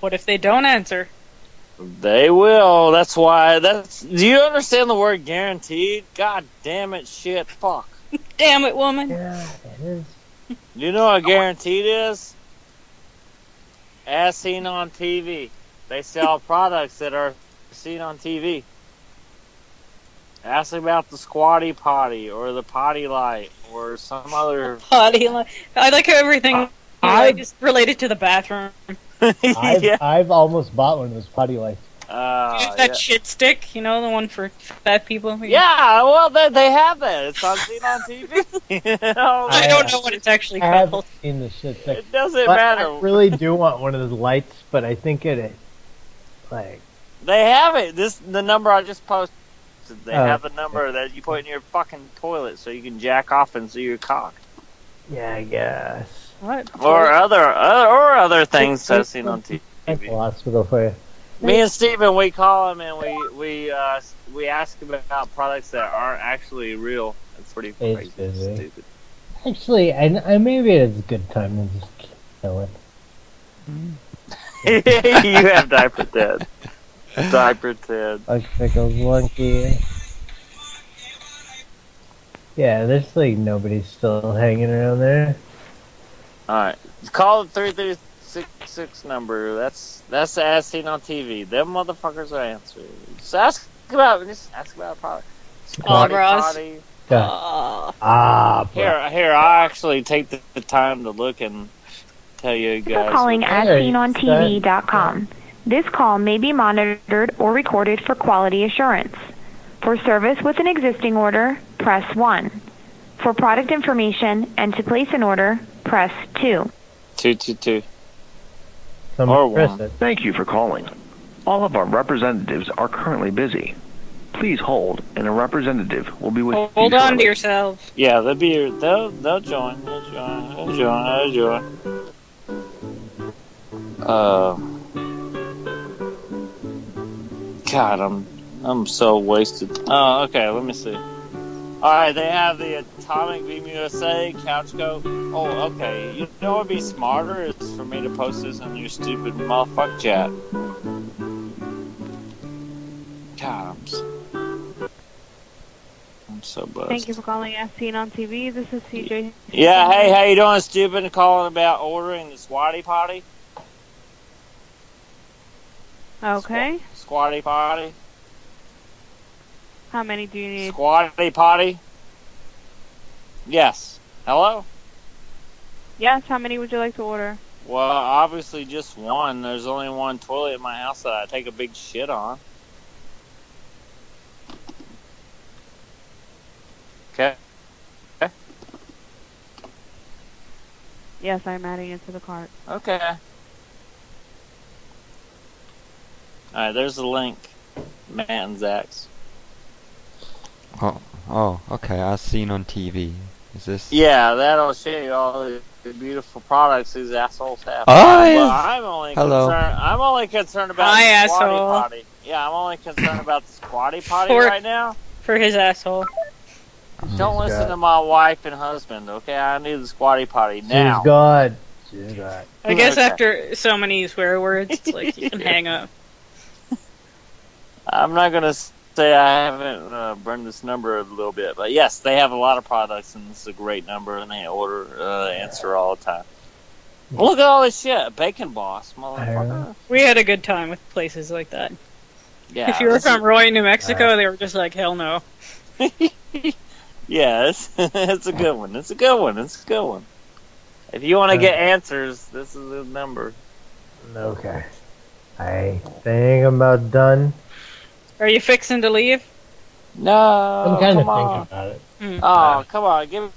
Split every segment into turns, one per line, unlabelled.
What if they don't answer?
They will. That's why. That's. Do you understand the word guaranteed? God damn it! Shit! Fuck.
Damn it, woman.
Yeah, it is.
You know what guaranteed is? As seen on TV. They sell products that are seen on TV. Ask about the squatty potty or the potty light or some other.
Potty line. I like how everything
Uh,
I
I-
just related to the bathroom.
I've,
yeah.
I've almost bought one of those potty lights.
Uh,
that
yeah.
shit stick, you know, the one for fat people.
Yeah, well, they, they have that. It's on seen on TV. You know,
I don't know
it's-
what it's actually
I haven't
called.
seen the shit thing.
It doesn't
But
matter.
I really do want one of those lights, but I think it is like
They have it. This the number I just posted. They
Oh.
have the number that you put in your fucking toilet so you can jack off and see your cock
yeah, I guess.
What?
or other uh, or other things
Six-
as seen on TV.
That's a hospital for you.
Me and Steven, we call him and we we uh, we ask him about products that aren't actually real. That's pretty crazy.
It's busy.
Stupid.
Actually, I, I maybe it is a good time to just kill it.
you have diaper Ted. Diaper Ted.
Like pickles, Lunky. Yeah, there's like nobody still hanging around there.
All right, call the three three six six number. That's that's as seen on TV. Them motherfuckers are answering. Just ask about just ask about a product.
All
Squatty
bras.
potty.
God.
Uh,
Ah, bro.
Here, here. I actually take the, the time to look and tell you
Thank you
guys.
for calling
Hey,
AsSeenOnTV.com. This call may be monitored or recorded for quality assurance. For service with an existing order, press 1. For product information and to place an order, press 2.
Two two two.
Someone
Or
pressed
one.
it.
Thank you for calling. All of our representatives are currently busy. Please hold, and a representative will be with you.
hold on to
shortly.
yourself.
Yeah, they'll be here. They'll they'll join. They'll join. They'll join. They'll join. Uh, God, I'm I'm so wasted. Oh, okay. Let me see. All right, they have the Atomic Beam USA couch coat. Oh, okay. You know what would be smarter is for me to post this on your stupid motherfuck chat. God, I'm so, I'm so blessed.
Thank you for calling As Seen on TV. This is CJ.
Yeah, hey, how you doing, stupid? Calling about ordering the squatty potty.
Okay.
Squatty potty.
How many do you
Mm.
need?
Squatty potty. Yes. Hello?
Yes, how many would you like to order?
Well, obviously just one. There's only one toilet in my house that I take a big shit on. Okay.
Yes, I'm adding it to the cart.
Okay. Alright, there's the link. Man, Zach's.
Oh, oh, okay. I've seen on TV. Is this?
Yeah, that'll show you all the, the beautiful products these assholes have.
Oh,
But
yeah.
I'm only
Hello.
concerned. I'm only concerned about
Hi,
the squatty
asshole.
potty. Yeah, I'm only concerned about the squatty potty
For-
right now.
For his asshole.
Don't listen
God.
to my wife and husband, okay? I need the squatty potty now.
She's God. She's God.
I guess
Okay.
after so many swear words, it's like you can hang up.
I'm not gonna say I haven't uh, burned this number a little bit, but yes, they have a lot of products, and this is a great number, and they order uh, answer all the time. Look at all this shit, Bacon Boss, motherfucker.
We had a good time with places like that.
Yeah,
if you were
this is- Uh,
from Roy, New Mexico, they were just like, hell no.
Yeah, it's, it's a good one. It's a good one. It's a good one. If you want to
Uh.
get answers, this is the number.
Okay. I think I'm about done.
Are you fixing to leave?
No,
I'm kind of
Oh, come
thinking
on.
about it.
Oh, come on. Give me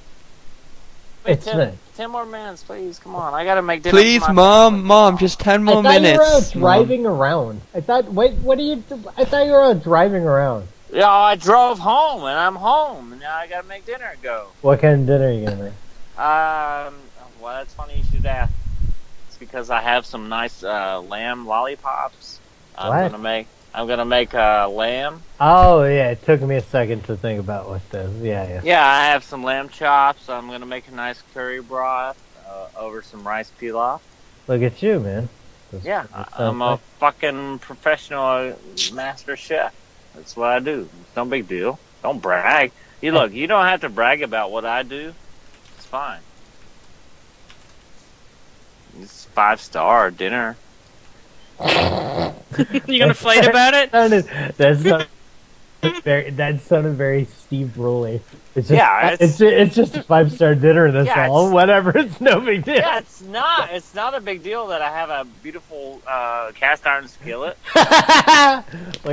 It's
ten,
nice.
ten more minutes, please. Come on. I got to make dinner. for
Please,
my
mom,
family.
mom, just ten
I thought you
more
were out
minutes. Mom.
driving around. I thought. Wait, what are you? do- I thought you were out driving around.
Yeah, I drove home, and I'm home. and Now I got to make dinner go.
What kind of dinner are you gonna make?
Um, well, that's funny you should ask. It's because I have some nice uh, lamb lollipops. I'm
What?
gonna make. I'm gonna make uh, lamb.
Oh yeah, it took me a second to think about what this. Yeah, yeah.
Yeah, I have some lamb chops. I'm gonna make a nice curry broth uh, over some rice pilaf.
Look at you, man. That's
Yeah,
what it sounds
I'm a
like.
fucking professional master chef. That's what I do. It's no big deal. Don't brag. You look, you don't have to brag about what I do. It's fine. It's five star dinner.
you gonna fight about it?
sounded, that sounded very that sounded very Steve Rowley. It's just,
Yeah,
it's, it's, just a five star dinner. That's
Yeah,
all.
it's-
Whatever. It's no big deal.
Yeah, it's not. It's not a big deal that I have a beautiful uh, cast iron skillet
like
that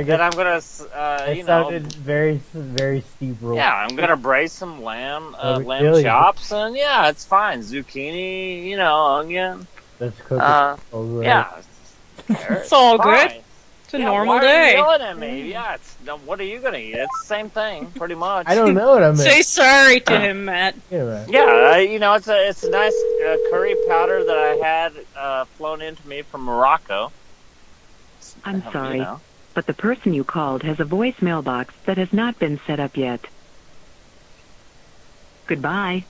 it,
I'm gonna, s- uh, you
it
know,
sounded very very Steve Rowley.
Yeah, I'm gonna braise some lamb, uh,
Oh,
lamb
really?
chops, and yeah, it's fine. Zucchini, you know, onion.
That's cooked.
Uh,
all right.
yeah, it's
all
fine.
good. It's a
Yeah,
normal
why Are you
day.
yelling at me? Yeah, it's no, what are you gonna eat? It's the same thing, pretty much.
I don't know what I'm
Say
thinking
sorry to him, Matt.
about.
Yeah, I, you know, it's a it's a nice uh, curry powder that I had uh, flown into me from Morocco.
I'm
You
sorry,
know.
but the person you called has a voice mailbox that has not been set up yet. Goodbye.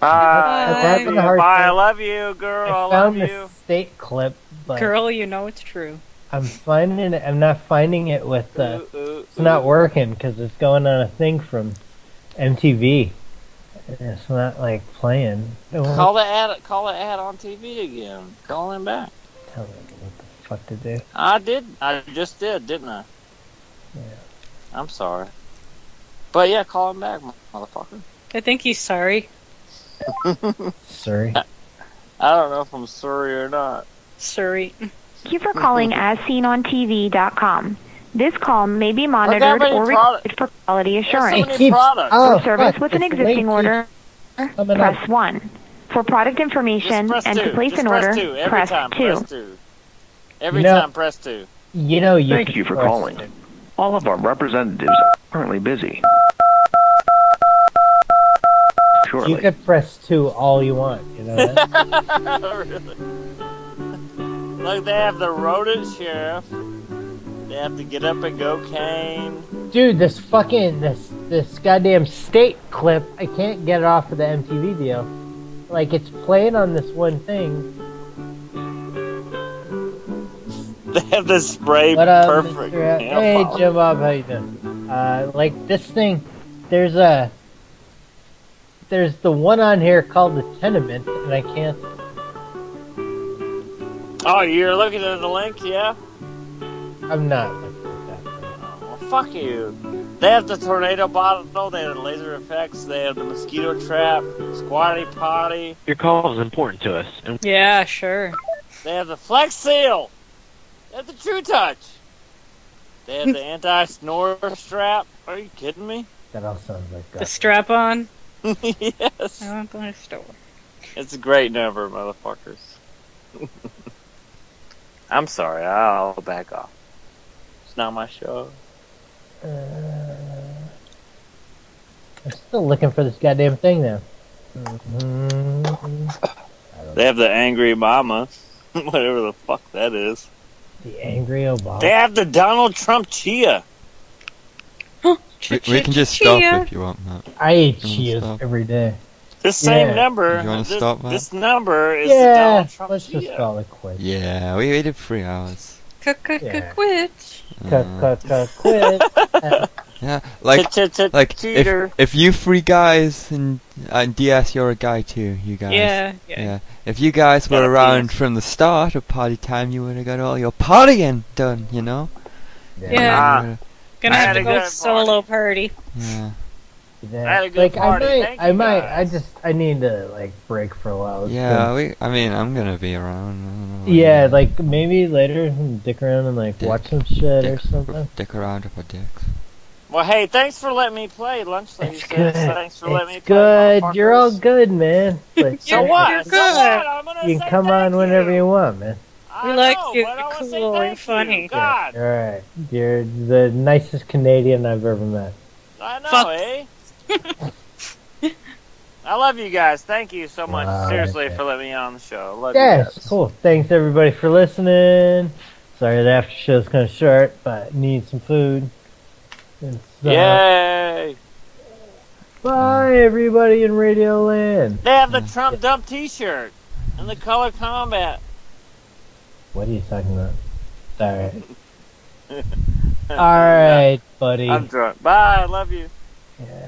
That's
Bye.
having
a hard
Bye. I
time.
love you, girl. I,
I
love
found
you.
the steak clip, but
Girl, you know it's true.
I'm finding it. I'm not finding it with the.
Ooh, ooh,
It's not
ooh.
working because it's going on a thing from MTV. And It's not like playing. It won't
Call the ad. Call the ad on TV again. Call him back.
tell me what the fuck to do.
I did. I just did, didn't I?
Yeah.
I'm sorry. But yeah, call him back, motherfucker.
I think he's sorry.
Sorry.
I don't know if I'm sorry or not.
Sorry.
Thank you for calling asseenontv.com. This call may be
how
monitored
many
or
product-
recorded for quality
There's
assurance.
so many products.
Oh,
For service with an existing order,
Coming up.
press 1. For product
Just
information
press
and
two.
to place
Just
an
press
order,
two. Every
press
time,
2.
press two. Every
No.
time, press two.
You know, you
Thank
could
you for
press-
calling. All of our representatives are currently busy. Shortly.
You could press two all you want. You know. That?
Look, they have the rodent sheriff. They have to get up and go cane.
Dude, this fucking this this goddamn state clip, I can't get it off of the MTV deal. Like it's playing on this one thing.
They have the spray
What up,
perfect.
Mr. Al-
nail
Hey,
polish.
Jim Bob, how you doing? Uh, like this thing, there's a there's the one on here called the Tenement, and I can't.
Oh, you're looking at the link, yeah?
I'm not. looking at that.
Well, fuck you. They have the tornado bottle, they have the laser effects, they have the mosquito trap, squatty potty,
Your call is important to us, and
Yeah, sure.
they have the flex seal, they have the true touch, they have the anti snore strap. Are you kidding me?
That all sounds like
The
God.
strap on.
yes.
I went to the store.
It's a great number, motherfuckers. I'm sorry, I'll back off. It's not my show.
Uh, I'm still looking for this goddamn thing now. Mhm.
They have the angry mama, whatever the fuck that is.
The angry Obama.
They have the Donald Trump chia.
We, we can just stop if you want, Matt.
I eat
Mm,
cheese
stop.
every day.
This same
Yeah.
number.
You wanna
this,
stop that?
this number is the
yeah,
Donald Trump
let's just
chia.
call it quits.
Yeah, we waited three hours.
Yeah.
Quit.
Cut,
Uh,
cut, cut, quit.
yeah, like
Ch-ch-ch-
like
cheater.
if, if you three guys and and DS, you're a guy too. You guys.
Yeah, yeah.
Yeah. If you guys
Got
were
a
around
penis.
from the start of party time, you would have got all your partying done. You know.
Yeah.
Ah.
Gonna
I
have
had
to
a
go
good
solo party.
Yeah.
Yeah.
I had a good
like
party,
I might,
thank
I
you
might,
guys.
I just, I need to like break for a while. It's
Yeah, we. I mean, I'm gonna be around. I don't know
been-
when
yeah.
you-
Like maybe later, dick around and like
Dick.
watch some shit or
dick,
something.
dick around with our dicks.
Well, hey, thanks for letting me play lunch lady.
It's
says.
good.
Thanks for letting me
It's
play.
good. You're all
motherfuckers.
good, man. Like,
So
You're
what?
good.
So what? I'm gonna
You
say
can come on
thank
whenever
you.
you want, man.
I
We like
know,
you.
but I
You're
wanna say
cool. You're
thank you.
funny.
God,
All right. You're the nicest Canadian I've ever met.
I know,
Fuck.
eh? I love you guys. Thank you so much,
Wow,
seriously,
okay.
for letting me on the show. I Love you
Yes,
guys.
cool. Thanks everybody for listening. Sorry the after show's kind of short, but need some food. And so-
Yay!
Bye everybody in Radio Land.
They have the Trump dump T-shirt and the color combat.
What are you talking about? Sorry. All right, buddy.
I'm drunk. Bye. I love you.
Yeah.